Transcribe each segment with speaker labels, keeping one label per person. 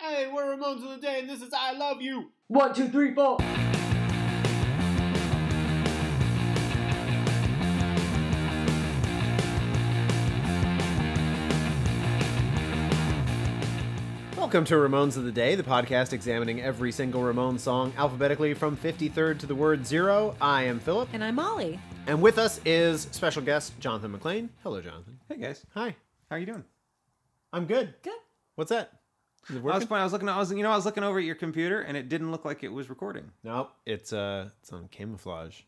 Speaker 1: Hey, we're Ramones of the Day, and this is I Love You.
Speaker 2: One, two, three, four.
Speaker 3: Welcome to Ramones of the Day, the podcast examining every single Ramones song alphabetically from 53rd to the word zero. I am Philip,
Speaker 4: And I'm Molly.
Speaker 3: and with us is special guest Jonathan McLean. Hello, Jonathan.
Speaker 1: Hey guys,
Speaker 3: Hi.
Speaker 1: how you doing?
Speaker 3: I'm good.
Speaker 4: Good.
Speaker 3: What's that? Is it
Speaker 1: I was
Speaker 3: working?
Speaker 1: playing. I was looking. I was you know I was looking over at your computer, and it didn't look like it was recording.
Speaker 3: Nope. It's uh, it's on camouflage.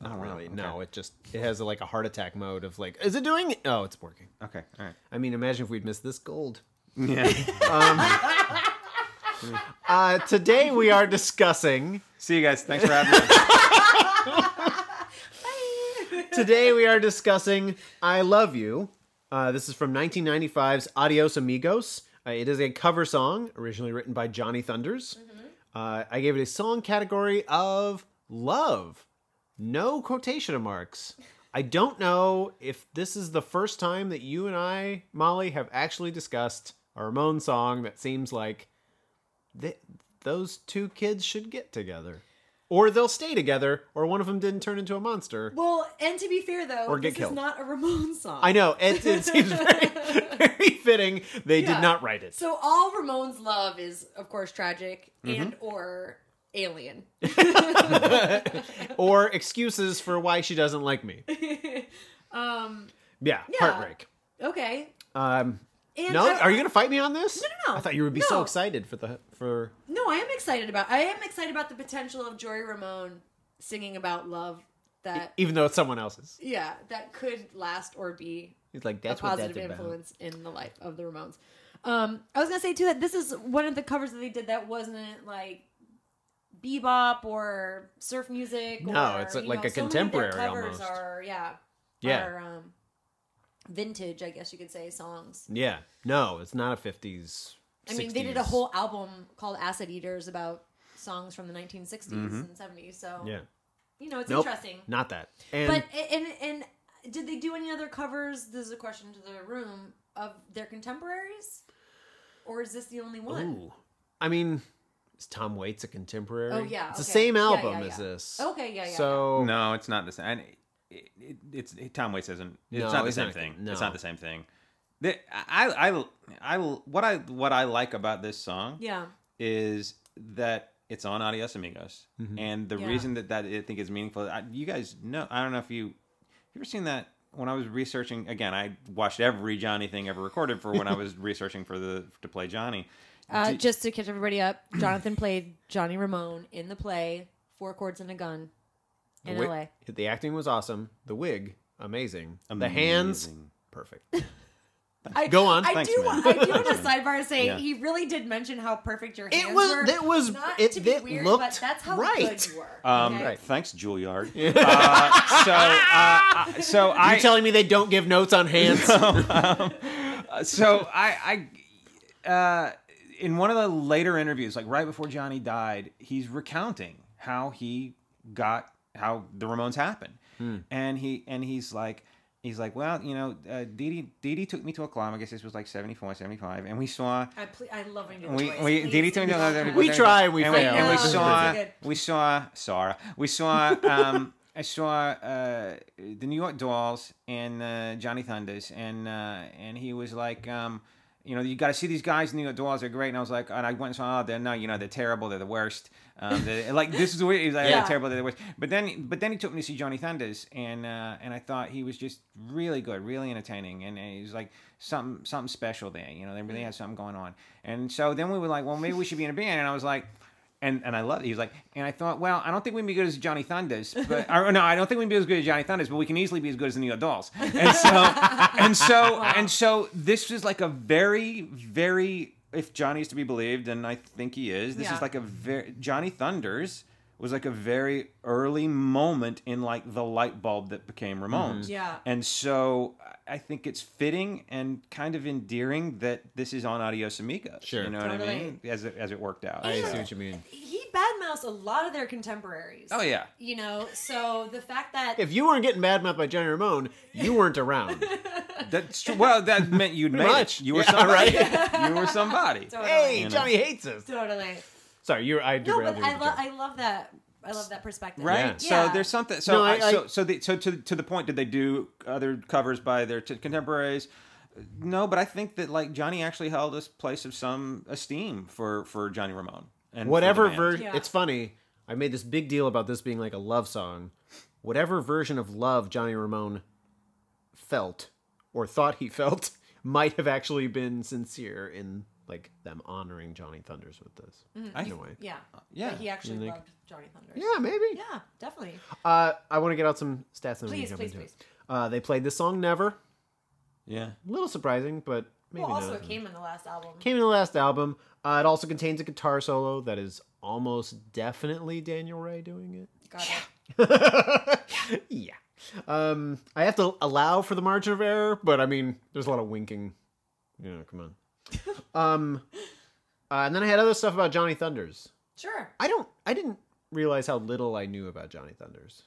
Speaker 3: Not
Speaker 1: Oh, wow.
Speaker 3: really.
Speaker 1: Okay.
Speaker 3: No, it just it has like a heart attack mode of like, is it doing? It? Oh, it's working.
Speaker 1: Okay, all right.
Speaker 3: I mean, imagine if we'd missed this gold. Um,
Speaker 1: Yeah.
Speaker 3: Uh, today we are discussing.
Speaker 1: See you guys. Thanks for having me.
Speaker 3: Today we are discussing "I Love You." Uh, this is from 1995's "Adios Amigos." Uh, it is a cover song originally written by Johnny Thunders. Uh, I gave it a song category of love, no quotation marks. I don't know if this is the first time that you and I, Molly, have actually discussed a Ramon song that seems like th- those two kids should get together. Or they'll stay together, or one of them didn't turn into a monster.
Speaker 4: Well, and to be fair though,
Speaker 3: Or get
Speaker 4: this
Speaker 3: killed.
Speaker 4: is not a Ramones song.
Speaker 3: I know. It, it seems very, very fitting. They
Speaker 4: Yeah.
Speaker 3: did not write it.
Speaker 4: So all Ramones love is, of course, tragic
Speaker 3: Mm-hmm.
Speaker 4: and or alien.
Speaker 3: Or excuses for why she doesn't like me.
Speaker 4: Um.
Speaker 3: Yeah, heartbreak.
Speaker 4: Okay.
Speaker 3: Um,
Speaker 4: And
Speaker 3: no,
Speaker 4: I-
Speaker 3: are you going to fight me on this?
Speaker 4: no, no.
Speaker 3: I thought you would be so
Speaker 4: No.
Speaker 3: excited for the for.
Speaker 4: No, I am excited about. I am excited about the potential of Jory Ramone singing about love. That
Speaker 3: Even though it's someone else's,
Speaker 4: yeah, that could last or be
Speaker 3: he's like
Speaker 4: a
Speaker 3: that's what that's
Speaker 4: positive
Speaker 3: about.
Speaker 4: influence in the life of the Ramones. Um, I was gonna say too that this is one of the covers that they did that wasn't like bebop or surf music.
Speaker 3: No,
Speaker 4: or,
Speaker 3: it's
Speaker 4: you
Speaker 3: like
Speaker 4: know,
Speaker 3: a
Speaker 4: so many of
Speaker 3: contemporary
Speaker 4: their covers
Speaker 3: almost.
Speaker 4: Are yeah,
Speaker 3: Yeah.
Speaker 4: Are, um, vintage, I guess you could say songs.
Speaker 3: Yeah, no, it's not a fifties.
Speaker 4: I mean, they did a whole album called Acid Eaters about songs from the 1960s and 70s. So
Speaker 3: Mm-hmm. Yeah,
Speaker 4: you know, it's
Speaker 3: nope,
Speaker 4: interesting.
Speaker 3: not that. And
Speaker 4: But and and did they do any other covers? This is a question to the room of their contemporaries, or is this the only one?
Speaker 3: ooh, I mean, is Tom Waits a contemporary?
Speaker 4: Oh, yeah,
Speaker 3: it's the
Speaker 4: okay.
Speaker 3: same
Speaker 4: Yeah, yeah,
Speaker 3: album
Speaker 4: yeah.
Speaker 3: as this.
Speaker 4: Okay, yeah, yeah,
Speaker 3: So
Speaker 1: No, it's not the same. And it, it, it's it, Tom Waits isn't. It's
Speaker 3: No,
Speaker 1: not the
Speaker 3: it's
Speaker 1: same
Speaker 3: not-
Speaker 1: thing.
Speaker 3: no.
Speaker 1: It's not the same thing. The- I, I, I, what I what I like about this song
Speaker 4: Yeah,
Speaker 1: is that it's on Adios Amigos,
Speaker 3: Mm-hmm.
Speaker 1: and the
Speaker 4: Yeah.
Speaker 1: reason that that I think is meaningful, I, you guys know. I don't know if you you ever seen that when I was researching. Again, I watched every Johnny thing ever recorded for when I was researching for the to play Johnny.
Speaker 4: uh,
Speaker 1: Do-
Speaker 4: just to catch everybody up, Jonathan played Johnny Ramone in the play Four Chords and a Gun
Speaker 3: the
Speaker 4: in
Speaker 3: wi-
Speaker 4: L.A.
Speaker 3: the acting was awesome. The wig, amazing. The hands,
Speaker 1: Amazing.
Speaker 3: perfect.
Speaker 4: I,
Speaker 3: Go on.
Speaker 4: I
Speaker 1: Thanks,
Speaker 4: do.
Speaker 1: man.
Speaker 4: I do want a sidebar to say
Speaker 1: Yeah.
Speaker 4: he really did mention how perfect your hands
Speaker 3: It was.
Speaker 4: were.
Speaker 3: It was.
Speaker 4: Not
Speaker 3: It,
Speaker 4: to be
Speaker 3: it
Speaker 4: weird,
Speaker 3: looked
Speaker 4: but that's how
Speaker 3: right.
Speaker 4: good you were.
Speaker 1: Um,
Speaker 4: okay?
Speaker 3: Right.
Speaker 1: Thanks, Juilliard. uh, so, uh, I- so I
Speaker 3: You're telling me they don't give notes on hands?
Speaker 1: so I, I uh, in one of the later interviews, like right before Johnny died, he's recounting how he got how the Ramones happened, and he and he's like. He's like, well, you know, uh, Dee Dee- Dee Dee took me to a climb. I guess this was like 74, 75. And we saw
Speaker 4: I, ple- I love when you do
Speaker 1: we
Speaker 4: voice.
Speaker 1: we
Speaker 4: Please
Speaker 1: Didi
Speaker 4: do
Speaker 1: Tony
Speaker 4: not
Speaker 1: Dillon-
Speaker 4: cut.
Speaker 3: We try and we
Speaker 1: and
Speaker 3: fail.
Speaker 1: We, and
Speaker 4: No,
Speaker 1: we
Speaker 4: it's
Speaker 1: saw
Speaker 4: okay.
Speaker 1: we saw Sarah. We saw um I saw uh the New York Dolls and uh, Johnny Thunders and uh and he was like um you know, you got to see these guys. New York Dolls are great, and I was like, and I went and saw, oh, they're no, you know, they're terrible. They're the worst. Um, they're, like this is the way he's like,
Speaker 4: Yeah.
Speaker 1: they're terrible. They're the worst. But then, but then he took me to see Johnny Thunders, and uh, and I thought he was just really good, really entertaining, and, and he was like something something special there. You know, they
Speaker 4: Mm.
Speaker 1: really had something going on. And so then we were like, well, maybe we should be in a band. And I was like, and and I loved it. He was like, and I thought, well, I don't think we'd be good as Johnny Thunders, but or, no, I don't think we'd be as good as Johnny Thunders, but we can easily be as good as the New York Dolls. And so and so and so this is like a very very if Johnny is to be believed, and I think he is, this
Speaker 4: Yeah.
Speaker 1: is like a very Johnny Thunders was like a very early moment in like the light bulb that became Ramones.
Speaker 3: Mm-hmm.
Speaker 4: Yeah.
Speaker 1: And so I- I think it's fitting and kind of endearing that this is on Adios Amigos.
Speaker 3: Sure.
Speaker 1: You know what I
Speaker 4: Totally.
Speaker 1: mean? As it, as it worked out.
Speaker 3: I
Speaker 1: So-
Speaker 3: see what you mean.
Speaker 4: he badmouths a lot of their contemporaries.
Speaker 1: Oh yeah.
Speaker 4: You know, so the fact that
Speaker 3: If you weren't getting badmouthed by Johnny Ramone, you weren't around.
Speaker 1: That's true. Well, that meant you'd made it.
Speaker 3: much.
Speaker 1: You were
Speaker 3: Yeah,
Speaker 1: somebody. You were somebody.
Speaker 4: totally,
Speaker 3: hey,
Speaker 1: You know.
Speaker 3: Johnny hates us.
Speaker 4: totally.
Speaker 3: Sorry, you. I
Speaker 4: No,
Speaker 3: derailed
Speaker 4: but
Speaker 3: you.
Speaker 4: I
Speaker 3: with the
Speaker 4: love
Speaker 3: joke.
Speaker 4: I love that I love that perspective.
Speaker 1: Right.
Speaker 4: Yeah.
Speaker 1: So there's something. So
Speaker 3: No, I-
Speaker 1: I, so
Speaker 3: I-
Speaker 1: so, the, so to to the point, did they do other covers by their t- contemporaries? No, but I think that like Johnny actually held a place of some esteem for for Johnny Ramone and for
Speaker 3: whatever
Speaker 1: the band.
Speaker 3: version.
Speaker 4: Yeah.
Speaker 3: It's funny. I made this big deal about this being like a love song. Whatever version of love Johnny Ramone felt or thought he felt might have actually been sincere in like them honoring Johnny Thunders with this.
Speaker 4: Mm-hmm.
Speaker 1: I-
Speaker 3: In a way.
Speaker 4: yeah.
Speaker 1: Yeah.
Speaker 4: But he actually
Speaker 3: Like-
Speaker 4: loved Johnny Thunders.
Speaker 3: Yeah, maybe.
Speaker 4: Yeah, definitely.
Speaker 3: Uh, I want to get out some stats and we can
Speaker 4: Please,
Speaker 3: jump
Speaker 4: please,
Speaker 3: into
Speaker 4: please.
Speaker 3: it. Uh, they played this song Never. A
Speaker 1: Yeah.
Speaker 3: little surprising, but maybe
Speaker 4: well, also
Speaker 3: not.
Speaker 4: it came in the last album.
Speaker 3: Came in the last album. Uh, it also contains a guitar solo that is almost definitely Daniel Ray doing it.
Speaker 4: Got it.
Speaker 3: yeah. Um, I have to allow for the margin of error, but I mean, there's a lot of winking. You know, come on. um, uh, and then I had other stuff about Johnny Thunders.
Speaker 4: Sure.
Speaker 3: I don't. I didn't realize how little I knew about Johnny Thunders.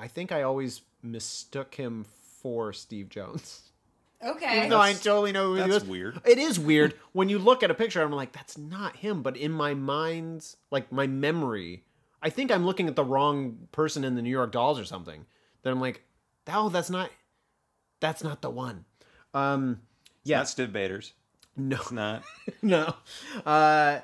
Speaker 3: I think I always mistook him for Steve Jones.
Speaker 4: Okay.
Speaker 3: Even though I totally know who he
Speaker 1: that's
Speaker 3: was.
Speaker 1: weird.
Speaker 3: It is weird when you look at a picture. I'm like, that's not him. But in my mind's like my memory, I think I'm looking at the wrong person in the New York Dolls or something. Then I'm like, oh, that's not, that's not the one. Um, yeah,
Speaker 1: Not Steve Bader's.
Speaker 3: no,
Speaker 1: It's not.
Speaker 3: no. Uh,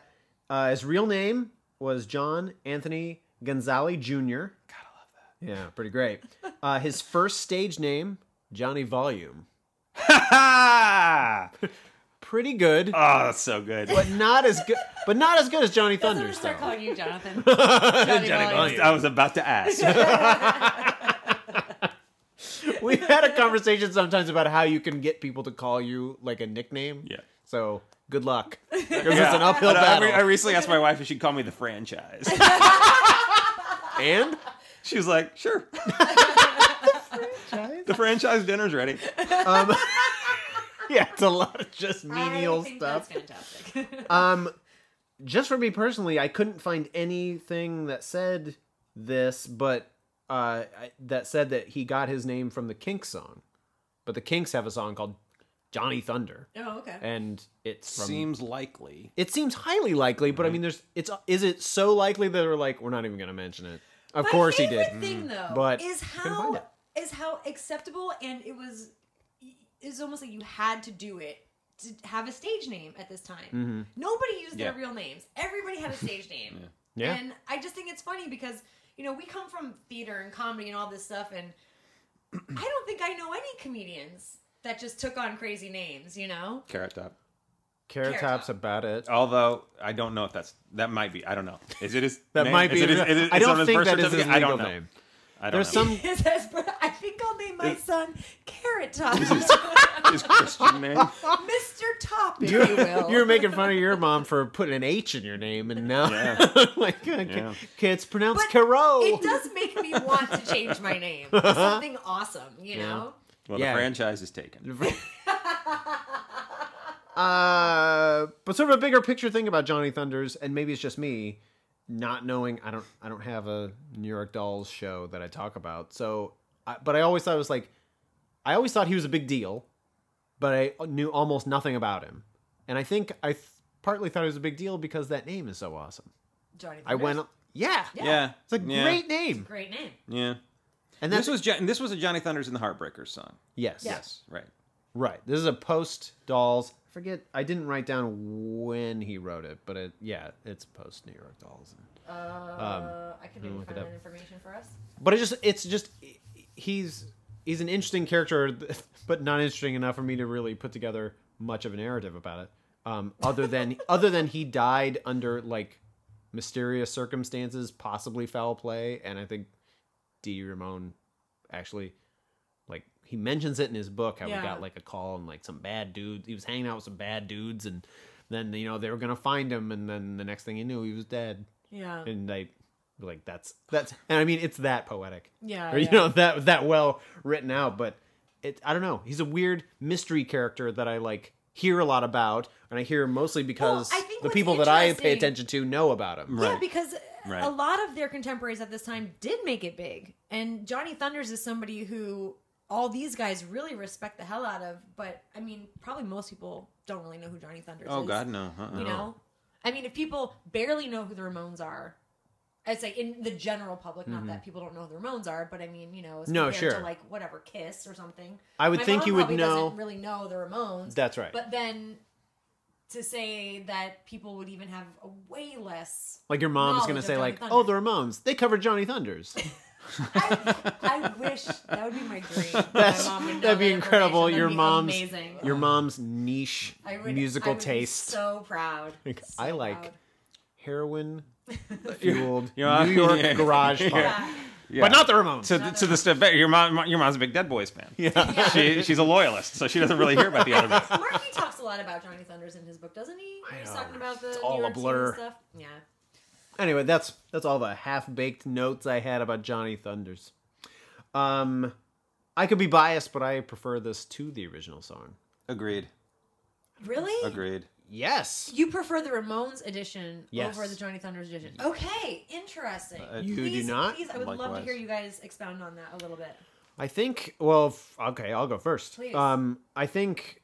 Speaker 3: uh, his real name was John Anthony Gonzalez Jr. Gotta love that. Yeah, pretty great. Uh, his first stage name, Johnny Volume.
Speaker 1: oh,
Speaker 3: Pretty good.
Speaker 1: Ah, that's so good.
Speaker 3: but not as good. But not as good as Johnny
Speaker 4: I'm gonna
Speaker 3: Thunders.
Speaker 4: start
Speaker 3: though.
Speaker 4: calling you Jonathan.
Speaker 3: Johnny
Speaker 4: Volume.
Speaker 3: Volume.
Speaker 1: I was about to ask.
Speaker 3: We've had a conversation sometimes about how you can get people to call you like a nickname.
Speaker 1: Yeah.
Speaker 3: So good luck. Because
Speaker 1: Yeah.
Speaker 3: it's an uphill
Speaker 1: But I, I
Speaker 3: battle.
Speaker 1: re- I recently asked my wife if she'd call me the franchise.
Speaker 3: and
Speaker 1: she was like, "Sure." the franchise dinner's ready.
Speaker 3: um, yeah, it's a lot of just
Speaker 4: I
Speaker 3: menial
Speaker 4: think
Speaker 3: stuff.
Speaker 4: That's fantastic.
Speaker 3: Um, just for me personally, I couldn't find anything that said this, but uh, I- that said that he got his name from the Kinks song. But the Kinks have a song called Johnny Thunder,
Speaker 4: oh, okay.
Speaker 3: and it's from
Speaker 1: Seems likely.
Speaker 3: It seems highly likely, but I mean, there's it's is it so likely that they're like we're not even going to mention it? Of
Speaker 4: My
Speaker 3: course he
Speaker 4: favorite
Speaker 3: did. Mm-hmm.
Speaker 4: Thing though,
Speaker 3: But
Speaker 4: is
Speaker 3: couldn't find
Speaker 4: how
Speaker 3: it.
Speaker 4: is how acceptable and it was. It was almost like you had to do it to have a stage name at this time. Nobody used their
Speaker 1: Yeah.
Speaker 4: real names. Everybody had a stage name.
Speaker 3: Mm-hmm. Yeah.
Speaker 4: And I just think it's funny because you know we come from theater and comedy and all this stuff, and I don't think I know any comedians that just took on crazy names. You know.
Speaker 1: Carrot top.
Speaker 3: Carrot
Speaker 4: Carrot
Speaker 3: Top's
Speaker 4: Top.
Speaker 3: about it.
Speaker 1: Although I don't know if that's that might be. I don't know. Is it his?
Speaker 3: That
Speaker 1: name?
Speaker 3: might be.
Speaker 1: Is it his- is it-
Speaker 3: I
Speaker 1: is it on
Speaker 3: don't
Speaker 1: his
Speaker 3: think
Speaker 1: birth
Speaker 3: that is his
Speaker 1: certificate?
Speaker 3: legal
Speaker 1: I don't know.
Speaker 3: name.
Speaker 1: I don't
Speaker 3: There's
Speaker 1: know.
Speaker 3: some.
Speaker 4: It says, "Bro, I think I'll name my son Carrot Top,
Speaker 1: his Christian name.
Speaker 4: Mr. Top, if you will.
Speaker 3: You were making fun of your mom for putting an H in your name, and now
Speaker 1: Yeah.
Speaker 3: like okay,
Speaker 1: Yeah.
Speaker 3: it's pronounced
Speaker 4: But
Speaker 3: Caro.
Speaker 4: It does make me want to change my name to something awesome, you know?
Speaker 1: Well,
Speaker 3: Yeah.
Speaker 1: the franchise is taken.
Speaker 3: uh, but sort of a bigger picture thing about Johnny Thunders, and maybe it's just me not knowing. I don't. I don't have a New York Dolls show that I talk about. So, I, but I always thought it was like, I always thought he was a big deal, but I knew almost nothing about him, and I think I th- partly thought it was a big deal because that name is so awesome.
Speaker 4: Johnny
Speaker 3: I went, yeah,
Speaker 1: Yeah.
Speaker 3: it's a
Speaker 1: yeah.
Speaker 3: great name,
Speaker 4: Great name.
Speaker 1: Yeah.
Speaker 3: and that's
Speaker 1: This was Jo- this was a Johnny Thunders and the Heartbreakers song.
Speaker 3: yes,
Speaker 4: Yeah.
Speaker 1: Yes. Right.
Speaker 3: Right. This is a post Dolls. Forget, I didn't write down when he wrote it, but it, yeah, it's post New York Dolls.
Speaker 4: Uh, I can maybe
Speaker 3: look
Speaker 4: find
Speaker 3: it up.
Speaker 4: that information for us.
Speaker 3: But it just, it's just, he's he's an interesting character, but not interesting enough for me to really put together much of a narrative about it. Um, other than other than he died under like mysterious circumstances, possibly foul play, and I think D. Ramon actually like he mentions it in his book how
Speaker 4: Yeah.
Speaker 3: he got like a call and like some bad dudes he was hanging out with some bad dudes and then you know they were gonna find him and then the next thing he knew he was dead
Speaker 4: Yeah.
Speaker 3: and they like that's that's and I mean it's that poetic
Speaker 4: Yeah.
Speaker 3: or you know that that well written out but it I don't know he's a weird mystery character that I like hear a lot about and I hear him mostly because
Speaker 4: I think
Speaker 3: the
Speaker 4: what's
Speaker 3: people that I pay
Speaker 4: interesting-
Speaker 3: attention to know about him
Speaker 4: Yeah, because
Speaker 1: Right.
Speaker 4: a lot of their contemporaries at this time did make it big. And Johnny Thunders is somebody who all these guys really respect the hell out of. But I mean, probably most people don't really know who Johnny Thunders is.
Speaker 1: Oh God, no. Uh-uh.
Speaker 4: You know? I mean, if people barely know who the Ramones are, I'd say in the general public, not that people don't know who the Ramones are, but I mean, you know, as
Speaker 3: Mm-hmm. No,
Speaker 4: compared
Speaker 3: sure.
Speaker 4: to like whatever Kiss or something.
Speaker 3: I would
Speaker 4: My
Speaker 3: think
Speaker 4: mom
Speaker 3: you would
Speaker 4: probably
Speaker 3: know-
Speaker 4: Doesn't really know the Ramones.
Speaker 3: That's right.
Speaker 4: But then to say that people would even have a way less.
Speaker 3: Like your mom's
Speaker 4: knowledge
Speaker 3: gonna
Speaker 4: of
Speaker 3: say,
Speaker 4: Johnny
Speaker 3: like,
Speaker 4: Thunders.
Speaker 3: "Oh, the Ramones. They covered Johnny Thunders."
Speaker 4: I, I wish that would be my dream. that my
Speaker 3: That's-
Speaker 4: mom would know
Speaker 3: that'd be
Speaker 4: that
Speaker 3: incredible.
Speaker 4: information.
Speaker 3: Your
Speaker 4: That'd be
Speaker 3: mom's-
Speaker 4: amazing.
Speaker 3: Your mom's niche
Speaker 4: I would-
Speaker 3: musical
Speaker 4: I would be
Speaker 3: taste.
Speaker 4: so proud.
Speaker 3: Like,
Speaker 4: So
Speaker 3: I like
Speaker 4: proud.
Speaker 3: heroin fueled
Speaker 1: you're-
Speaker 3: New York
Speaker 1: yeah.
Speaker 3: garage
Speaker 1: Yeah.
Speaker 3: punk,
Speaker 4: Yeah.
Speaker 1: Yeah.
Speaker 3: but not the Ramones.
Speaker 1: to the, to the stuff. Your mom, your mom's a big Dead Boys fan.
Speaker 3: yeah.
Speaker 4: Yeah.
Speaker 1: She, she's a loyalist, so she doesn't really hear about the other bands.
Speaker 4: Marky talks a lot about Johnny Thunders in his book, doesn't he?
Speaker 3: I
Speaker 4: He's
Speaker 3: know.
Speaker 4: talking about the
Speaker 3: It's
Speaker 4: New
Speaker 3: all a
Speaker 4: York scene
Speaker 3: blur.
Speaker 4: and stuff. Yeah.
Speaker 3: Anyway, that's that's all the half baked notes I had about Johnny Thunders. Um, I could be biased, but I prefer this to the original song.
Speaker 1: Agreed.
Speaker 4: Really?
Speaker 1: Agreed.
Speaker 3: Yes,
Speaker 4: You prefer the Ramones edition
Speaker 3: Yes.
Speaker 4: over the Johnny Thunders edition. Okay, interesting.
Speaker 1: Uh,
Speaker 3: You do
Speaker 4: Please-
Speaker 3: not?
Speaker 4: Please, I would love to
Speaker 1: Likewise.
Speaker 4: hear you guys expound on that a little bit.
Speaker 3: I think. Well, f- okay, I'll go first.
Speaker 4: Please.
Speaker 3: Um, I think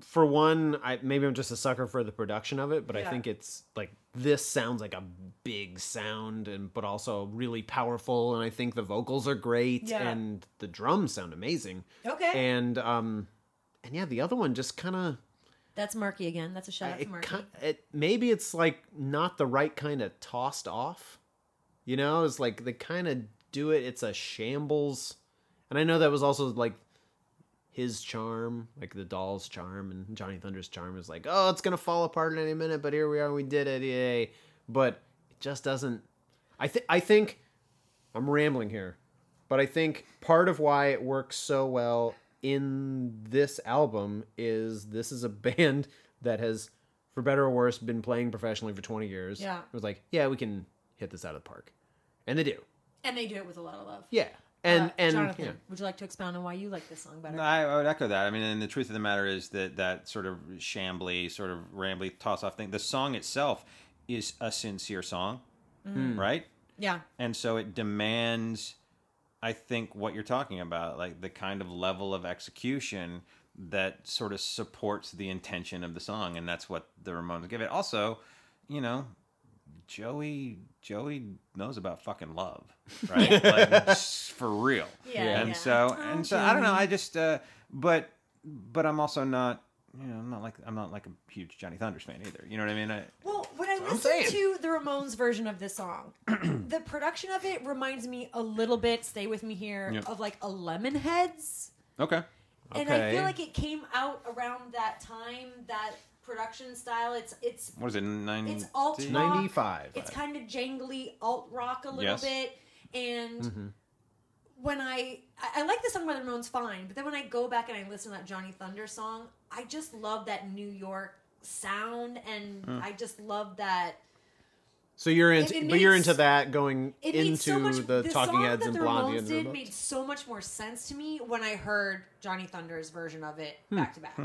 Speaker 3: for one, I maybe I'm just a sucker for the production of it, but I
Speaker 4: Yeah.
Speaker 3: think it's like this sounds like a big sound, and but also really powerful, and I think the vocals are great,
Speaker 4: Yeah.
Speaker 3: and the drums sound amazing,
Speaker 4: Okay.
Speaker 3: and um, and yeah, the other one just kind of.
Speaker 4: That's Marky again. That's a shout out to
Speaker 3: it,
Speaker 4: Marky.
Speaker 3: ki- it maybe it's like not the right kind of tossed off you know it's like they kind of do it it's a shambles and i know that was also like his charm like the doll's charm and johnny thunder's charm is like oh it's gonna fall apart in any minute but here we are we did it yay but it just doesn't i think i think i'm rambling here but i think part of why it works so well in this album is this is a band that has for better or worse been playing professionally for 20 years
Speaker 4: Yeah.
Speaker 3: it was like yeah we can hit this out of the park and they do
Speaker 4: and they do it with a lot of love.
Speaker 3: yeah and
Speaker 4: Uh,
Speaker 3: and
Speaker 4: Jonathan,
Speaker 3: yeah.
Speaker 4: would you like to expound on why you like this song better?
Speaker 1: No, I, I would echo that. I mean, and the truth of the matter is that that sort of shambly, sort of rambly toss off thing, the song itself is a sincere song, right?
Speaker 4: Yeah.
Speaker 1: And so it demands, I think, what you're talking about, like the kind of level of execution that sort of supports the intention of the song. And that's what the Ramones give it. Also, you know, Joey Joey knows about fucking love, right? like, s- for real.
Speaker 4: Yeah,
Speaker 1: And
Speaker 4: yeah.
Speaker 1: so
Speaker 4: Oh,
Speaker 1: and so I don't know.
Speaker 4: Joey.
Speaker 1: I just uh, but but I'm also not you know I'm not like I'm not like a huge Johnny Thunders fan either. You know what I mean? I,
Speaker 4: Well, when I
Speaker 3: what I'm
Speaker 4: listen
Speaker 3: saying.
Speaker 4: to the Ramones version of this song, the production of it reminds me a little bit, stay with me here,
Speaker 1: Yeah.
Speaker 4: of like a Lemonheads.
Speaker 1: okay.
Speaker 4: And I
Speaker 3: Okay.
Speaker 4: feel like it came out around that time, that production style. It's it's
Speaker 1: What is it? Nine.
Speaker 4: It's alt rock.
Speaker 3: 95.
Speaker 4: It's kind of jangly alt rock a little
Speaker 1: Yes.
Speaker 4: bit, and
Speaker 3: Mm-hmm.
Speaker 4: when I, I I like the song by the Ramones fine, but then when I go back and I listen to that Johnny Thunder song, I just love that New York sound, and
Speaker 3: Mm.
Speaker 4: I just love that.
Speaker 3: so you're
Speaker 4: It-
Speaker 3: into
Speaker 4: it
Speaker 3: but you're
Speaker 4: means-
Speaker 3: into that going
Speaker 4: It
Speaker 3: into
Speaker 4: made so much
Speaker 3: the, talking
Speaker 4: song
Speaker 3: heads
Speaker 4: that
Speaker 3: and
Speaker 4: the
Speaker 3: blondie
Speaker 4: Ramones
Speaker 3: and
Speaker 4: did
Speaker 3: Ramones.
Speaker 4: made so much more sense to me when I heard Johnny Thunder's version of it back to back.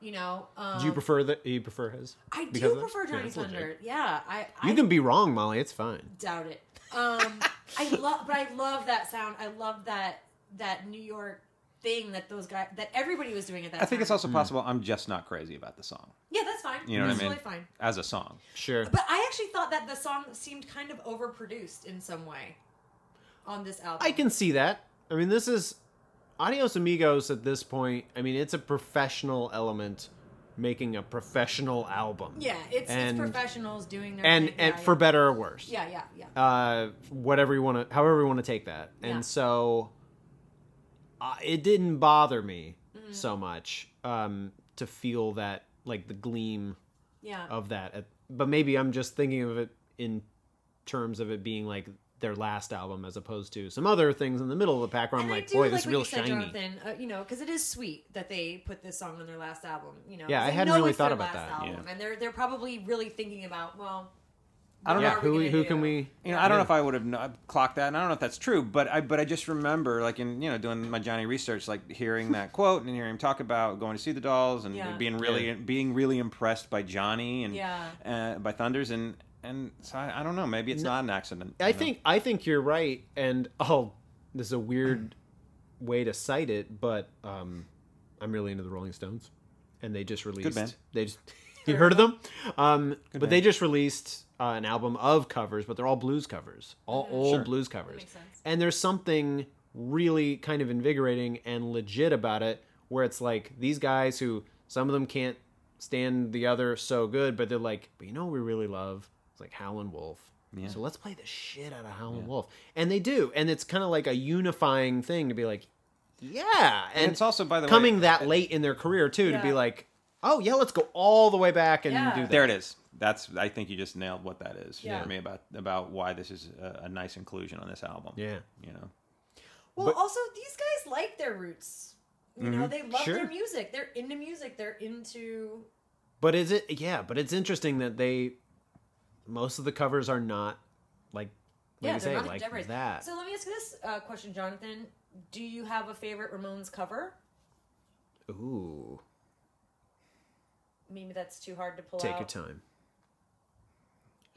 Speaker 4: You know, um,
Speaker 3: Hmm. do you prefer that you prefer his
Speaker 4: I
Speaker 3: because
Speaker 4: do
Speaker 3: of that?
Speaker 4: prefer
Speaker 3: Yeah,
Speaker 4: Johnny
Speaker 3: that's legit.
Speaker 4: Thunder. Yeah, I.
Speaker 3: you
Speaker 4: I
Speaker 3: can be wrong molly it's fine
Speaker 4: Doubt it. Um, I love, but I love that sound. I love that that New York thing that those guys that everybody was doing at that.
Speaker 1: I think it's
Speaker 4: time.
Speaker 1: also possible I'm just not crazy about the song
Speaker 4: yeah, that's fine.
Speaker 1: You know what I
Speaker 4: that's
Speaker 1: mean?
Speaker 4: Really fine.
Speaker 1: as a song.
Speaker 3: sure
Speaker 4: But I actually thought that the song seemed kind of overproduced in some way on this album.
Speaker 3: I can see that. I mean, this is Adios Amigos at this point. I mean, it's a professional element making a professional album.
Speaker 4: yeah, it's,
Speaker 3: And-
Speaker 4: it's professionals doing their
Speaker 3: And
Speaker 4: thing.
Speaker 3: and
Speaker 4: yeah,
Speaker 3: for better or worse.
Speaker 4: yeah, yeah, yeah, yeah.
Speaker 3: Uh, whatever you want to, however you want to take that. And
Speaker 4: Yeah.
Speaker 3: so, uh, it didn't bother me
Speaker 4: Mm-hmm.
Speaker 3: so much um, to feel that like the gleam
Speaker 4: yeah.
Speaker 3: of that. At, but maybe I'm just thinking of it in terms of it being like their last album as opposed to some other things in the middle of the pack where I'm
Speaker 4: And I
Speaker 3: like,
Speaker 4: do
Speaker 3: boy, this is
Speaker 4: what
Speaker 3: real
Speaker 4: you said,
Speaker 3: shiny.
Speaker 4: Jonathan, uh, you know, because it is sweet that they put this song on their last album. You know,
Speaker 3: Yeah,
Speaker 4: 'cause
Speaker 3: I
Speaker 4: they
Speaker 3: hadn't
Speaker 4: know
Speaker 3: really
Speaker 4: it's their
Speaker 3: thought about
Speaker 4: last
Speaker 3: that.
Speaker 1: Yeah.
Speaker 4: Album, And they're they're probably really thinking about well.
Speaker 1: I don't
Speaker 4: what
Speaker 3: yeah,
Speaker 4: are
Speaker 3: who
Speaker 4: we gonna
Speaker 3: who
Speaker 4: do?
Speaker 3: can we?
Speaker 1: You know, I don't know if I would have kn- clocked that, and I don't know if that's true, but I but I just remember, like in you know, doing my Johnny research, like hearing that quote and hearing him talk about going to see the dolls and
Speaker 4: Yeah.
Speaker 1: being really being really impressed by Johnny and
Speaker 4: Yeah.
Speaker 1: uh, by Thunders, and uh, and so I, I don't know. Maybe it's not an accident.
Speaker 3: I
Speaker 1: you know?
Speaker 3: think I think you're right, and oh, this is a weird way to cite it, but um, I'm really into the Rolling Stones, and they just released.
Speaker 1: band.
Speaker 3: They just you heard of them, um, but
Speaker 1: band.
Speaker 3: they just released uh, an album of covers, but they're all blues covers, all old
Speaker 1: Sure.
Speaker 3: blues covers,
Speaker 4: Mm-hmm. makes sense.
Speaker 3: and there's something really kind of invigorating and legit about it, where it's like these guys who some of them can't stand the other so good, but they're like, but you know, what we really love it's like Howlin' Wolf.
Speaker 1: Yeah.
Speaker 3: So let's play the shit out of Howlin' Wolf, and they do, and it's kind of like a unifying thing to be like, yeah, and,
Speaker 1: it's also, by the way,
Speaker 3: coming that late in their career too to be
Speaker 4: Yeah.
Speaker 3: like, oh yeah, let's go all the way back and
Speaker 4: Yeah.
Speaker 3: do that.
Speaker 1: There it is. That's I think you just nailed what that is
Speaker 4: Yeah.
Speaker 1: for me about about why this is a, a nice inclusion on this album.
Speaker 3: Yeah.
Speaker 1: you know,
Speaker 3: But-
Speaker 4: Well,
Speaker 3: Mm-hmm.
Speaker 4: also these guys like their roots. You know, they love
Speaker 3: Sure.
Speaker 4: their music. They're into music. They're into
Speaker 3: But is it? Yeah, but it's interesting that they most of the covers are not like like
Speaker 4: yeah,
Speaker 3: you
Speaker 4: they're
Speaker 3: say
Speaker 4: not
Speaker 3: like
Speaker 4: contemporaries.
Speaker 3: that.
Speaker 4: So let me ask you this uh, question, Jonathan: Do you have a favorite Ramones cover?
Speaker 3: Ooh,
Speaker 4: Maybe that's too hard to pull
Speaker 3: take
Speaker 4: out.
Speaker 3: your time.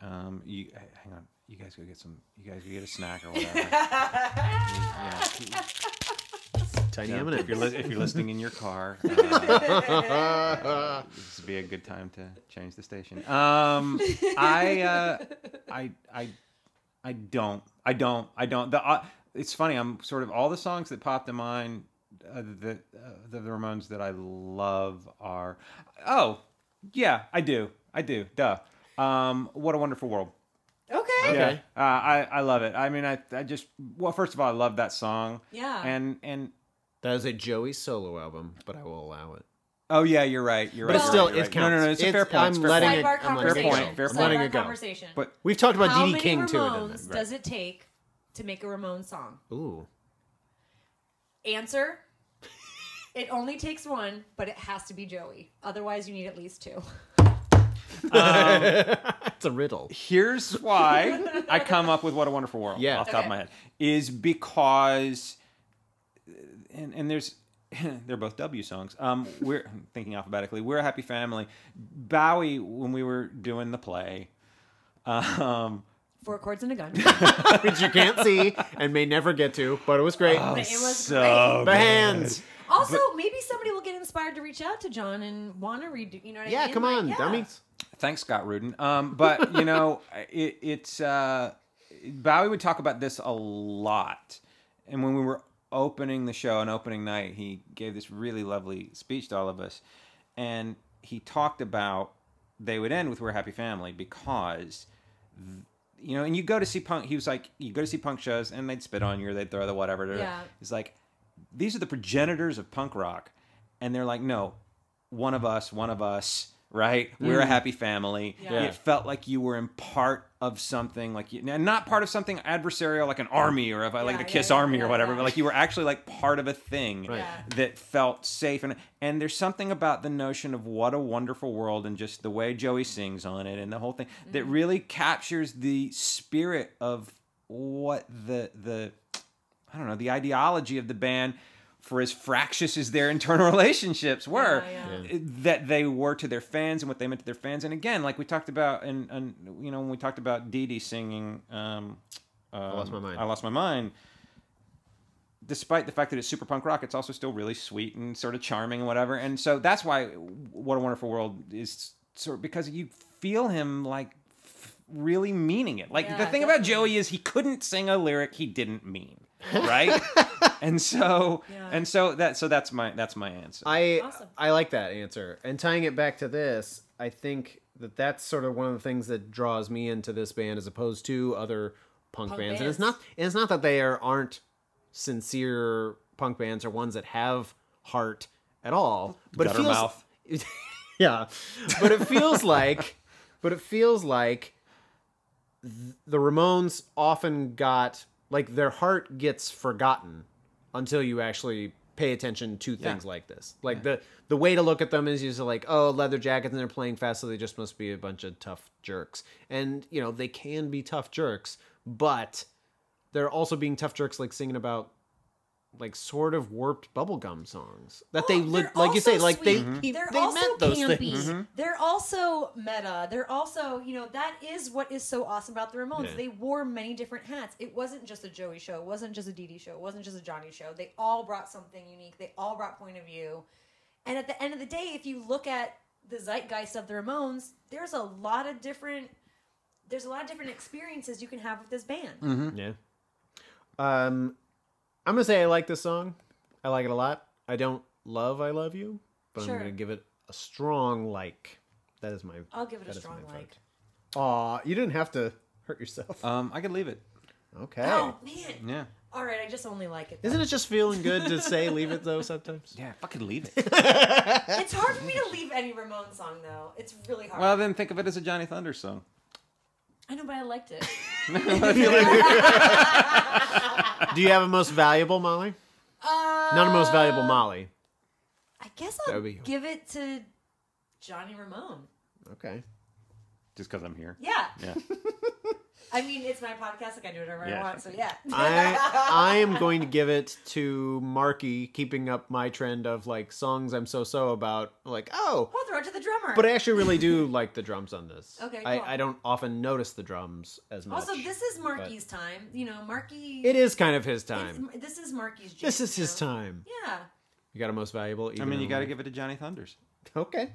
Speaker 1: um, you h- hang on. You guys go get some. You guys go get a snack or whatever. yeah.
Speaker 3: Tiny
Speaker 1: Yeah,
Speaker 3: M
Speaker 1: if you're
Speaker 3: and
Speaker 1: li- if you're listening in your car, uh, this would be a good time to change the station. Um, I, uh, I, I, I don't, I don't, I don't. The uh, it's funny. I'm sort of all the songs that pop to mind uh, that uh, the, the Ramones that I love are. Oh, yeah, I do, I do. Duh. Um, what a wonderful world.
Speaker 4: Okay.
Speaker 3: Okay.
Speaker 1: Yeah, uh, I I love it. I mean, I I just well, first of all, I love that song.
Speaker 4: Yeah.
Speaker 1: And and
Speaker 3: That is a Joey solo album, but I will allow it.
Speaker 1: Oh yeah, you're right. You're
Speaker 3: But
Speaker 1: right.
Speaker 3: it's still
Speaker 1: you're right,
Speaker 3: it counts.
Speaker 1: you're right. No, no, no. It's, a fair point.
Speaker 3: I'm
Speaker 1: it's a fair
Speaker 3: letting
Speaker 1: point.
Speaker 3: it.
Speaker 4: Sidebar
Speaker 3: I'm letting it
Speaker 1: conversation.
Speaker 3: go.
Speaker 1: Fair
Speaker 3: I'm letting
Speaker 4: Sidebar
Speaker 3: it go.
Speaker 4: Conversation.
Speaker 1: But
Speaker 3: We've talked about
Speaker 4: How
Speaker 3: D.D.
Speaker 4: many
Speaker 3: King too. and
Speaker 4: Ramones
Speaker 3: then-
Speaker 4: does it take to make a Ramones song?
Speaker 3: Ooh.
Speaker 4: Answer: It only takes one, but it has to be Joey. Otherwise, you need at least two.
Speaker 3: It's a riddle.
Speaker 1: here's why I come up with "What a Wonderful World"
Speaker 3: Yeah.
Speaker 1: off the top of
Speaker 4: Okay.
Speaker 1: my head is because, and and there's they're both W songs. Um, we're thinking alphabetically. We're a happy family. Bowie, when we were doing the play, um,
Speaker 4: Four chords and a gun.
Speaker 3: Which you can't see and may never get to, but it was great.
Speaker 4: But it was
Speaker 1: so
Speaker 3: the hands.
Speaker 4: great. Also, maybe somebody will get inspired to reach out to John and want to redo. You know what I mean?
Speaker 3: Yeah, come
Speaker 4: Like,
Speaker 3: on,
Speaker 4: yeah.
Speaker 3: dummies.
Speaker 1: Thanks, Scott Rudin. Um, but you know, it, it's uh, Bowie would talk about this a lot, and when we were opening the show on opening night, he gave this really lovely speech to all of us, and he talked about they would end with "We're a Happy Family" because you know, and you go to see punk. He was like, you go to see punk shows, and they'd spit on you, or they'd throw the whatever.
Speaker 4: Yeah.
Speaker 1: He's like, these are the progenitors of punk rock, and they're like, no, one of us, one of us, right? We're a happy family.
Speaker 4: Mm. Yeah.
Speaker 1: It felt like you were in part of something, like you, and not part of something adversarial, like an army or if I like
Speaker 4: Yeah,
Speaker 1: the
Speaker 4: yeah,
Speaker 1: Kiss
Speaker 4: yeah,
Speaker 1: Army
Speaker 4: yeah,
Speaker 1: or whatever,
Speaker 4: yeah.
Speaker 1: but like you were actually like part of a thing
Speaker 3: Right.
Speaker 4: Yeah.
Speaker 1: that felt safe and and there's something about the notion of what a wonderful world and just the way Joey sings on it and the whole thing that
Speaker 4: Mm.
Speaker 1: really captures the spirit of what the the I don't know the ideology of the band for as fractious as their internal relationships were
Speaker 4: Yeah, yeah.
Speaker 1: that they were to their fans and what they meant to their fans and again like we talked about and and you know when we talked about Dee Dee singing um, I
Speaker 3: Lost My Mind.
Speaker 1: I lost my mind despite the fact that it's super punk rock, it's also still really sweet and sort of charming and whatever. And so that's why What a Wonderful World is sort of because you feel him like f- really meaning it. Like the
Speaker 4: Yeah,
Speaker 1: thing about Joey is he couldn't sing a lyric he didn't mean, right? and so
Speaker 4: Yeah.
Speaker 1: and so that so that's my that's my answer.
Speaker 3: I
Speaker 4: Awesome.
Speaker 3: I like that answer. And tying it back to this, I think that that's sort of one of the things that draws me into this band as opposed to other punk,
Speaker 4: Punk
Speaker 3: bands. And it's
Speaker 4: bands.
Speaker 3: not and it's not that they are aren't sincere punk bands or ones that have heart at all, but it
Speaker 1: Gutter
Speaker 3: feels
Speaker 1: mouth.
Speaker 3: yeah, but it feels like but it feels like th- the Ramones often got like their heart gets forgotten until you actually pay attention to things like this. Like the the way to look at them is just like, oh, leather jackets and they're playing fast, so they just must be a bunch of tough jerks. And you know they can be tough jerks, but they're also being tough jerks, like singing about like sort of warped bubblegum songs that they
Speaker 4: Oh,
Speaker 3: look
Speaker 4: they're
Speaker 3: like you say
Speaker 4: also
Speaker 3: like they
Speaker 4: sweet.
Speaker 3: he-
Speaker 4: they're
Speaker 3: they
Speaker 4: also
Speaker 3: meant those
Speaker 4: campy.
Speaker 3: things.
Speaker 4: They're also meta. They're also, you know, that is what is so awesome about the Ramones.
Speaker 3: Yeah.
Speaker 4: They wore many different hats. It wasn't just a Joey show. It wasn't just a Dee Dee show. It wasn't just a Johnny show. They all brought something unique. They all brought point of view. And at the end of the day, if you look at the zeitgeist of the Ramones, there's a lot of different. There's a lot of different experiences you can have with this band.
Speaker 3: Yeah. Um, I'm gonna say I like this song. I like it a lot. I don't love "I Love You," but
Speaker 4: Sure.
Speaker 3: I'm gonna give it a strong like. That is my.
Speaker 4: I'll give it a
Speaker 3: that is
Speaker 4: strong
Speaker 3: my
Speaker 4: like.
Speaker 3: vote. Aw, you didn't have to hurt yourself.
Speaker 1: Um, I could leave it.
Speaker 3: Okay.
Speaker 4: Oh man!
Speaker 1: Yeah.
Speaker 4: All right, I just only like it. though.
Speaker 3: Isn't it just feeling good to say leave it though sometimes?
Speaker 1: Yeah, fucking leave it.
Speaker 4: It's hard for me to leave any Ramon song though. It's really hard.
Speaker 1: well, then think of it as a Johnny Thunder song.
Speaker 4: I know, but I liked it.
Speaker 3: Do you have a most valuable Molly?
Speaker 4: Uh,
Speaker 3: Not a most valuable Molly.
Speaker 4: I guess
Speaker 3: That
Speaker 4: I'll
Speaker 3: would be-
Speaker 4: give it to Johnny Ramone.
Speaker 3: Okay.
Speaker 1: Just because I'm here.
Speaker 4: Yeah.
Speaker 1: Yeah.
Speaker 4: I mean, it's my podcast. Like I do whatever I
Speaker 1: Yeah.
Speaker 4: want. So yeah.
Speaker 3: Uh, I I am going to give it to Marky, keeping up my trend of like songs I'm so so about. Like oh,
Speaker 4: we'll throw it to the drummer.
Speaker 3: But I actually really do like the drums on this.
Speaker 4: Okay, cool.
Speaker 3: I, I don't often notice the drums as much.
Speaker 4: also, this is Marky's time. You know, Marky.
Speaker 3: It is kind of his
Speaker 4: it's-
Speaker 3: time.
Speaker 4: This is Marky's. jam,
Speaker 3: This is his
Speaker 4: you know?
Speaker 3: time.
Speaker 4: Yeah.
Speaker 3: You got a most valuable.
Speaker 1: I
Speaker 3: even
Speaker 1: mean, you
Speaker 3: though-
Speaker 1: got to give it to Johnny Thunders.
Speaker 3: Okay.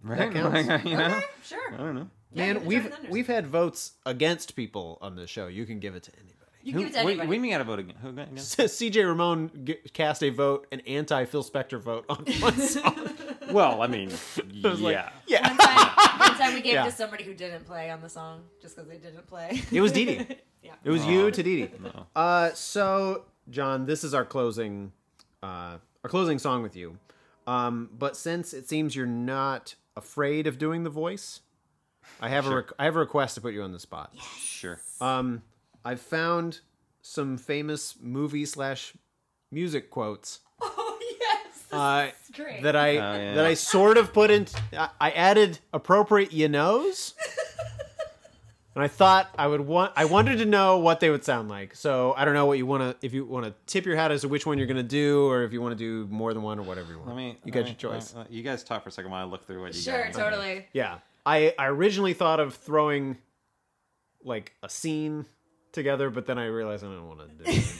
Speaker 1: Right?
Speaker 3: counts.
Speaker 1: Like, you know?
Speaker 4: Okay. Sure.
Speaker 1: I don't know.
Speaker 4: Yeah, give it
Speaker 3: Man,
Speaker 4: to
Speaker 3: we've
Speaker 4: Johnny Thunders.
Speaker 3: we've had votes against people on this show. You can give it to anybody.
Speaker 4: You
Speaker 1: Who,
Speaker 4: can give it to
Speaker 1: wait,
Speaker 4: anybody.
Speaker 1: what do you mean got to vote again? Who, again?
Speaker 3: CJ Ramon g- cast a vote, an anti Phil Spector vote on one song.
Speaker 1: well, I mean,
Speaker 3: I
Speaker 1: yeah.
Speaker 3: was like, yeah.
Speaker 4: One time, one time we gave
Speaker 3: Yeah.
Speaker 4: it to somebody who didn't play on the song just because they didn't play.
Speaker 3: It was Dee Dee.
Speaker 4: yeah.
Speaker 3: It was you
Speaker 1: No.
Speaker 3: to Didi.
Speaker 1: No.
Speaker 3: Uh, so John, this is our closing, uh, our closing song with you. Um, but since it seems you're not afraid of doing the voice, I have a
Speaker 1: Sure.
Speaker 3: rec- I have a request to put you on the spot.
Speaker 1: Sure.
Speaker 3: Um, I've found some famous movie slash music quotes
Speaker 4: Oh yes. This
Speaker 3: uh,
Speaker 4: is great.
Speaker 3: that I
Speaker 1: Oh, yeah.
Speaker 3: that I sort of put in. I, I added appropriate you knows, and I thought I would want. I wanted to know what they would sound like. So I don't know what you want to. If you want to tip your hat as to which one you're going to do, or if you want to do more than one, or whatever you want.
Speaker 1: Let me.
Speaker 3: you
Speaker 1: let
Speaker 3: got
Speaker 1: me-
Speaker 3: your choice.
Speaker 1: let- let- you guys talk for a second while I look through what you
Speaker 4: Sure,
Speaker 1: got.
Speaker 4: totally.
Speaker 3: yeah, I I originally thought of throwing like a scene together, but then I realized I don't want to do.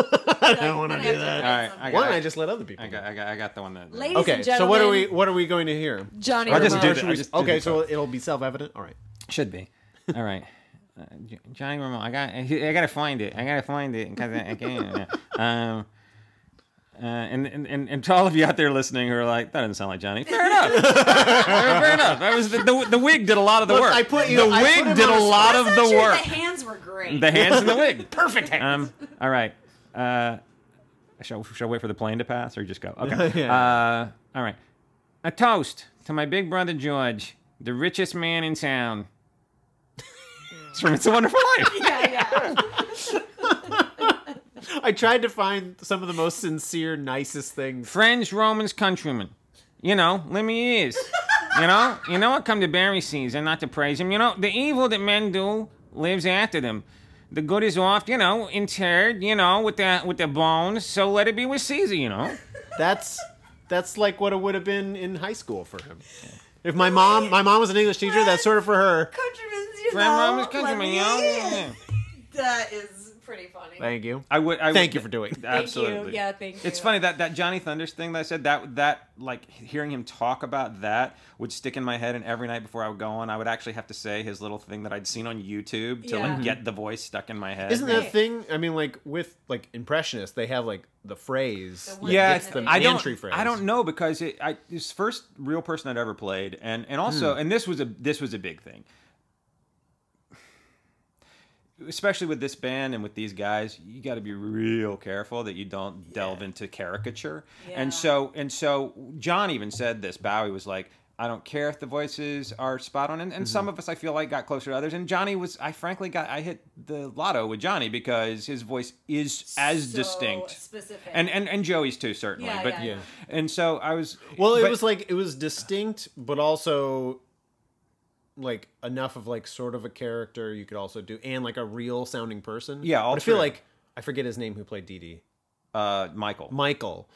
Speaker 3: I don't want to do that.
Speaker 1: All right. I
Speaker 3: One,
Speaker 1: got,
Speaker 3: I just let other people.
Speaker 1: I
Speaker 3: do it.
Speaker 1: got, I got, I got the one that.
Speaker 4: Ladies
Speaker 3: Okay,
Speaker 4: and
Speaker 3: so what are we?
Speaker 4: gentlemen,
Speaker 3: What are we going to hear?
Speaker 4: Johnny
Speaker 1: I just
Speaker 4: Ramone.
Speaker 1: did it.
Speaker 3: Should
Speaker 1: I
Speaker 3: we-
Speaker 1: just did
Speaker 3: okay,
Speaker 1: the
Speaker 3: so it'll be self-evident. All right.
Speaker 1: Should be. All right. Uh, J- Johnny Ramone. I got. I gotta find it. I gotta find it because I, I can't. uh, um. Uh, and, and, and and to all of you out there listening who are like, that doesn't sound like Johnny. Fair enough. fair, fair enough. I was the, the, the wig did a lot of the
Speaker 3: Look,
Speaker 1: work.
Speaker 3: I put you-
Speaker 1: the
Speaker 3: I put
Speaker 1: wig
Speaker 3: him
Speaker 1: did
Speaker 3: on
Speaker 1: a
Speaker 3: the
Speaker 1: lot
Speaker 4: That's
Speaker 1: of
Speaker 4: not
Speaker 1: the
Speaker 4: true.
Speaker 1: work.
Speaker 4: The hands were great.
Speaker 1: The hands and the wig. Perfect hands. Um, all right. Uh, shall, shall I wait for the plane to pass or just go? Okay.
Speaker 3: Yeah.
Speaker 1: uh, all right. A toast to my big brother George, the richest man in town. it's from It's a Wonderful Life.
Speaker 4: yeah, yeah.
Speaker 3: I tried to find some of the most sincere, nicest things.
Speaker 1: Friends, Romans, countrymen. You know, let me ears. You know, you know what come to Barry sees and not to praise him. You know, the evil that men do lives after them. The good is oft, you know, interred, you know, with their with their bones. So let it be with Caesar, you know.
Speaker 3: That's that's like what it would have been in high school for him. If my mom, my mom was an English teacher, that's sort of for her.
Speaker 4: Countrymen, you
Speaker 1: Friend
Speaker 4: know,
Speaker 1: Romans
Speaker 4: let
Speaker 1: countrymen, you know.
Speaker 4: me
Speaker 1: Yeah,
Speaker 4: in.
Speaker 1: yeah.
Speaker 4: That is pretty funny.
Speaker 3: Thank you.
Speaker 1: I would. I
Speaker 3: Thank
Speaker 1: would-
Speaker 3: you for doing. that.
Speaker 4: Thank
Speaker 1: Absolutely.
Speaker 4: you. Yeah, thank you.
Speaker 1: It's funny that that Johnny Thunders thing that I said that that like hearing him talk about that would stick in my head, and every night before I would go on, I would actually have to say his little thing that I'd seen on YouTube
Speaker 4: Yeah.
Speaker 1: to like get the voice stuck in my head.
Speaker 3: Isn't that a
Speaker 4: Right.
Speaker 3: thing? I mean, like with like impressionists, they have like the phrase.
Speaker 4: The one-
Speaker 3: that
Speaker 1: yeah,
Speaker 3: gets them
Speaker 1: I don't.
Speaker 3: entry phrase.
Speaker 1: I don't know because it, I this first real person I'd ever played, and and also
Speaker 3: Hmm.
Speaker 1: and this was a this was a big thing, especially with this band and with these guys. You got to be real careful that you don't delve into caricature.
Speaker 4: Yeah.
Speaker 1: And so and so, John even said this. Bowie was like. I don't care if the voices are spot on, and,
Speaker 3: Mm-hmm.
Speaker 1: and some of us I feel like got closer to others. And Johnny was, I frankly got, I hit the lotto with Johnny because his voice is as
Speaker 4: So
Speaker 1: distinct
Speaker 4: specific.
Speaker 1: and and and Joey's too certainly.
Speaker 4: Yeah,
Speaker 1: but
Speaker 4: yeah, yeah.
Speaker 1: and so I was.
Speaker 3: Well, it
Speaker 1: but-
Speaker 3: was like it was distinct, but also like enough of like sort of a character you could also do, and like a real sounding person.
Speaker 1: Yeah, all
Speaker 3: But I feel
Speaker 1: true.
Speaker 3: like I forget his name who played Dee Dee.
Speaker 1: uh, Michael.
Speaker 3: Michael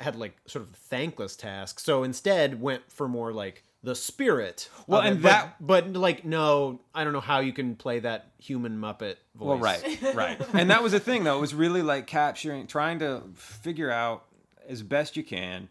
Speaker 3: had like sort of thankless task, so instead went for more like the spirit. of
Speaker 1: Well,
Speaker 3: it,
Speaker 1: and
Speaker 3: but-
Speaker 1: that-
Speaker 3: but, like no, I don't know how you can play that human Muppet voice.
Speaker 1: Well, right, right. and that was the thing, though. It was really like capturing, trying to figure out as best you can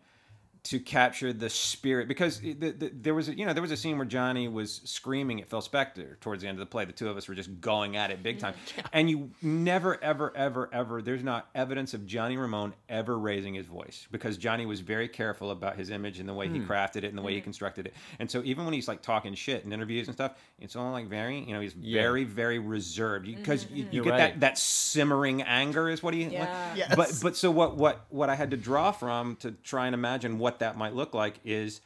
Speaker 1: to capture the spirit because it- the, the, there was a, you know there was a scene where Johnny was screaming at Phil Spector towards the end of the play the two of us were just going at it big time and you never ever ever ever there's not evidence of Johnny Ramone ever raising his voice because Johnny was very careful about his image and the way he
Speaker 3: Hmm.
Speaker 1: crafted it and the way he constructed it and so even when he's like talking shit in interviews and stuff it's all like very you know he's very very reserved because you, you
Speaker 3: You're
Speaker 1: get
Speaker 3: right.
Speaker 1: that that simmering anger is what he
Speaker 4: Yeah.
Speaker 1: like-
Speaker 3: Yes.
Speaker 1: but but so what what what I had to draw from to try and imagine what that might look like is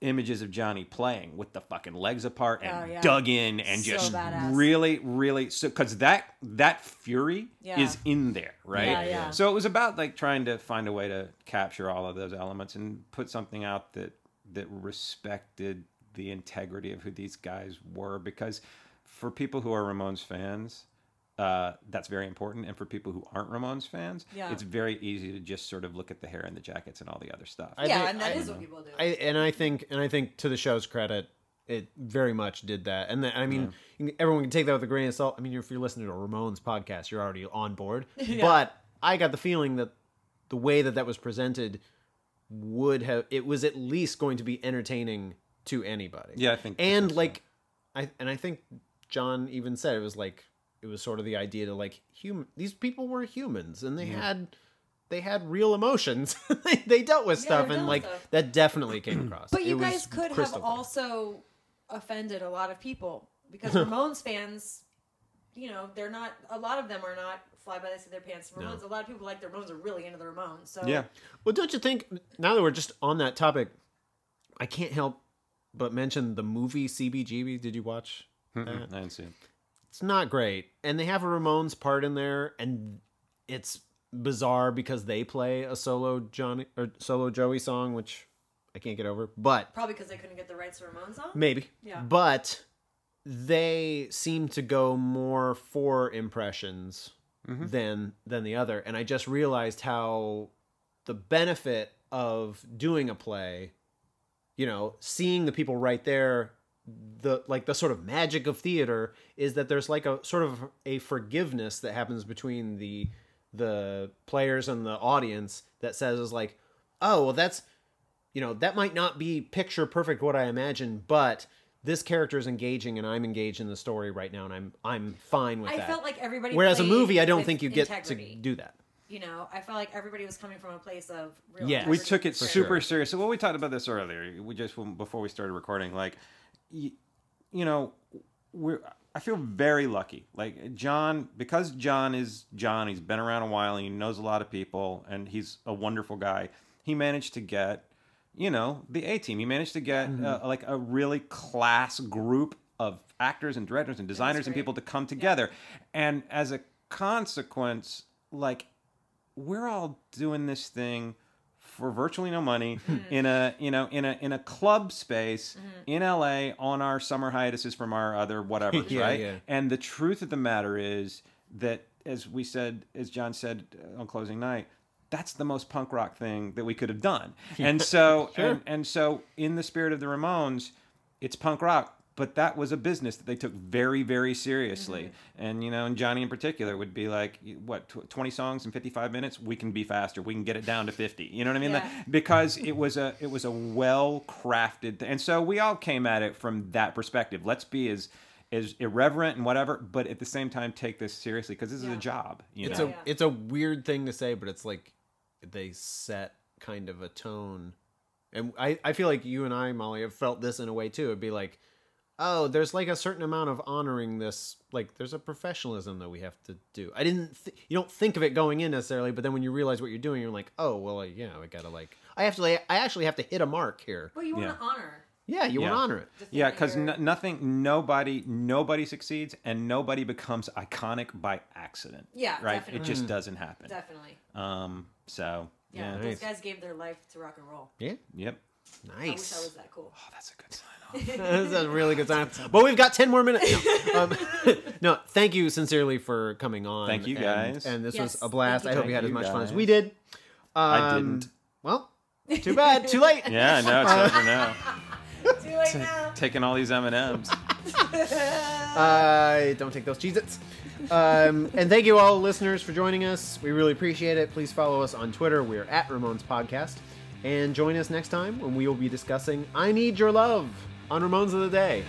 Speaker 1: images of Johnny playing with the fucking legs apart and
Speaker 4: Oh, yeah.
Speaker 1: dug in and
Speaker 4: So
Speaker 1: just
Speaker 4: badass.
Speaker 1: really really so cuz that that fury
Speaker 4: Yeah.
Speaker 1: is in there, right?
Speaker 4: Yeah, yeah.
Speaker 1: So it was about like trying to find a way to capture all of those elements and put something out that that respected the integrity of who these guys were because for people who are Ramones fans, uh, that's very important. And for people who aren't Ramones fans,
Speaker 4: Yeah.
Speaker 1: it's very easy to just sort of look at the hair and the jackets and all the other stuff.
Speaker 3: I
Speaker 4: yeah,
Speaker 3: think-
Speaker 4: and that
Speaker 3: I-
Speaker 4: is what people do.
Speaker 3: I, and I think and I think to the show's credit, it very much did that. And the, I mean, everyone can take that with a grain of salt. I mean, if you're listening to a Ramones podcast, you're already on board. But I got the feeling that the way that that was presented would have it was at least going to be entertaining to anybody.
Speaker 1: Yeah, I think- I
Speaker 3: And
Speaker 1: think so.
Speaker 3: like, I and I think John even said it was like it was sort of the idea to like human. These people were humans, and they had they had real emotions. they, they dealt with
Speaker 4: Yeah, they
Speaker 3: stuff,
Speaker 4: dealt
Speaker 3: and
Speaker 4: with
Speaker 3: like
Speaker 4: stuff.
Speaker 3: that definitely came across.
Speaker 4: But
Speaker 3: It
Speaker 4: you
Speaker 3: was
Speaker 4: guys could have
Speaker 3: crystal clear.
Speaker 4: also offended a lot of people because Ramones fans, you know, they're not. A lot of them are not fly by the seat of their pants. Ramones. A lot of people like the Ramones are really into the Ramones. So
Speaker 1: yeah.
Speaker 3: Well, don't you think? Now that we're just on that topic, I can't help but mention the movie CBGB. Did you watch?
Speaker 1: Mm-mm, I didn't see it.
Speaker 3: It's not great, and they have a Ramones part in there, and it's bizarre because they play a solo Johnny or solo Joey song, which I can't get over. But
Speaker 4: probably because they couldn't get the rights to Ramones on.
Speaker 3: Maybe.
Speaker 4: Yeah.
Speaker 3: But they seem to go more for impressions than than the other. And I just realized how the benefit of doing a play, you know, seeing the people right there, the like the sort of magic of theater is that there's like a sort of a forgiveness that happens between the the players and the audience that says is like, oh well that's you know that might not be picture perfect what i imagine but this character is engaging and i'm engaged in the story right now and i'm i'm fine with
Speaker 4: I
Speaker 3: that
Speaker 4: felt like everybody.
Speaker 3: whereas a
Speaker 4: played
Speaker 3: movie i don't
Speaker 4: with
Speaker 3: think you get
Speaker 4: integrity.
Speaker 3: to do that
Speaker 4: You know, I felt like everybody was coming from a place of real.
Speaker 3: Yes.
Speaker 1: we
Speaker 4: integrity.
Speaker 1: took it
Speaker 3: For
Speaker 1: super
Speaker 3: sure.
Speaker 1: serious. So, well, we talked about this earlier. We just when- before we started recording, like, you, you know, we're. I feel very lucky. Like John, because John is John. He's been around a while and he knows a lot of people, and he's a wonderful guy. He managed to get, you know, the A team. He managed to get
Speaker 3: Mm-hmm.
Speaker 1: uh, like a really class group of actors and directors and designers and
Speaker 4: great.
Speaker 1: people to come together, and as a consequence, like we're all doing this thing for virtually no money
Speaker 3: Mm-hmm.
Speaker 1: in a you know in a in a club space in LA on our summer hiatuses from our other whatever
Speaker 3: Yeah,
Speaker 1: right
Speaker 3: yeah.
Speaker 1: and the truth of the matter is that as we said as John said on closing night that's the most punk rock thing that we could have done and so and, and so in the spirit of the Ramones it's punk rock but that was a business that they took very very seriously
Speaker 4: Mm-hmm.
Speaker 1: and you know and johnny in particular would be like what tw- 20 songs in 55 minutes we can be faster we can get it down to 50 you know what i mean
Speaker 4: Yeah.
Speaker 1: Like, because it was a it was a well crafted and so we all came at it from that perspective let's be as as irreverent and whatever but at the same time take this seriously because this
Speaker 4: Yeah.
Speaker 1: is a job you
Speaker 3: it's
Speaker 1: know
Speaker 3: a
Speaker 4: Yeah.
Speaker 3: it's a weird thing to say but it's like they set kind of a tone and i i feel like you and i molly have felt this in a way too it'd be like oh there's like a certain amount of honoring this like there's a professionalism that we have to do i didn't th- you don't think of it going in necessarily but then when you realize what you're doing you're like oh well like, yeah i gotta like i have to like, i actually have to hit a mark here
Speaker 4: But you want
Speaker 1: Yeah.
Speaker 4: to honor.
Speaker 3: yeah you want
Speaker 1: Yeah.
Speaker 3: to honor it
Speaker 4: the thing
Speaker 1: yeah
Speaker 4: that
Speaker 1: because
Speaker 4: you're-
Speaker 1: n- nothing nobody nobody succeeds and nobody becomes iconic by accident
Speaker 4: Yeah,
Speaker 1: right it
Speaker 4: definitely.
Speaker 1: just doesn't happen
Speaker 4: definitely.
Speaker 1: um so
Speaker 4: Yeah,
Speaker 1: yeah
Speaker 4: those
Speaker 3: Nice.
Speaker 4: guys gave their life to rock and roll.
Speaker 3: yeah
Speaker 1: yep
Speaker 4: I wish I
Speaker 3: Nice.
Speaker 4: was that cool.
Speaker 1: Oh, that's a good sign off.
Speaker 3: That's a really good time. But we've got 10 more minutes. No, um, no, thank you sincerely for coming on.
Speaker 1: Thank you,
Speaker 3: and-
Speaker 1: guys.
Speaker 3: And, this
Speaker 4: Yes,
Speaker 3: was a blast. I
Speaker 4: thank you.
Speaker 3: hope you
Speaker 1: Thank
Speaker 3: had as
Speaker 1: you,
Speaker 3: much fun as
Speaker 1: guys.
Speaker 3: we did.
Speaker 1: I
Speaker 3: Um,
Speaker 1: didn't.
Speaker 3: Well, too bad. Too late.
Speaker 1: Yeah, no, it's over now.
Speaker 4: Too late now.
Speaker 1: Taking all these M and M's.
Speaker 3: Uh, don't take those Cheez-Its. Um, and thank you all listeners for joining us. We really appreciate it. Please follow us on Twitter. We are at Ramones Podcast. And join us next time when we will be discussing I Need Your Love on Ramones of the Day.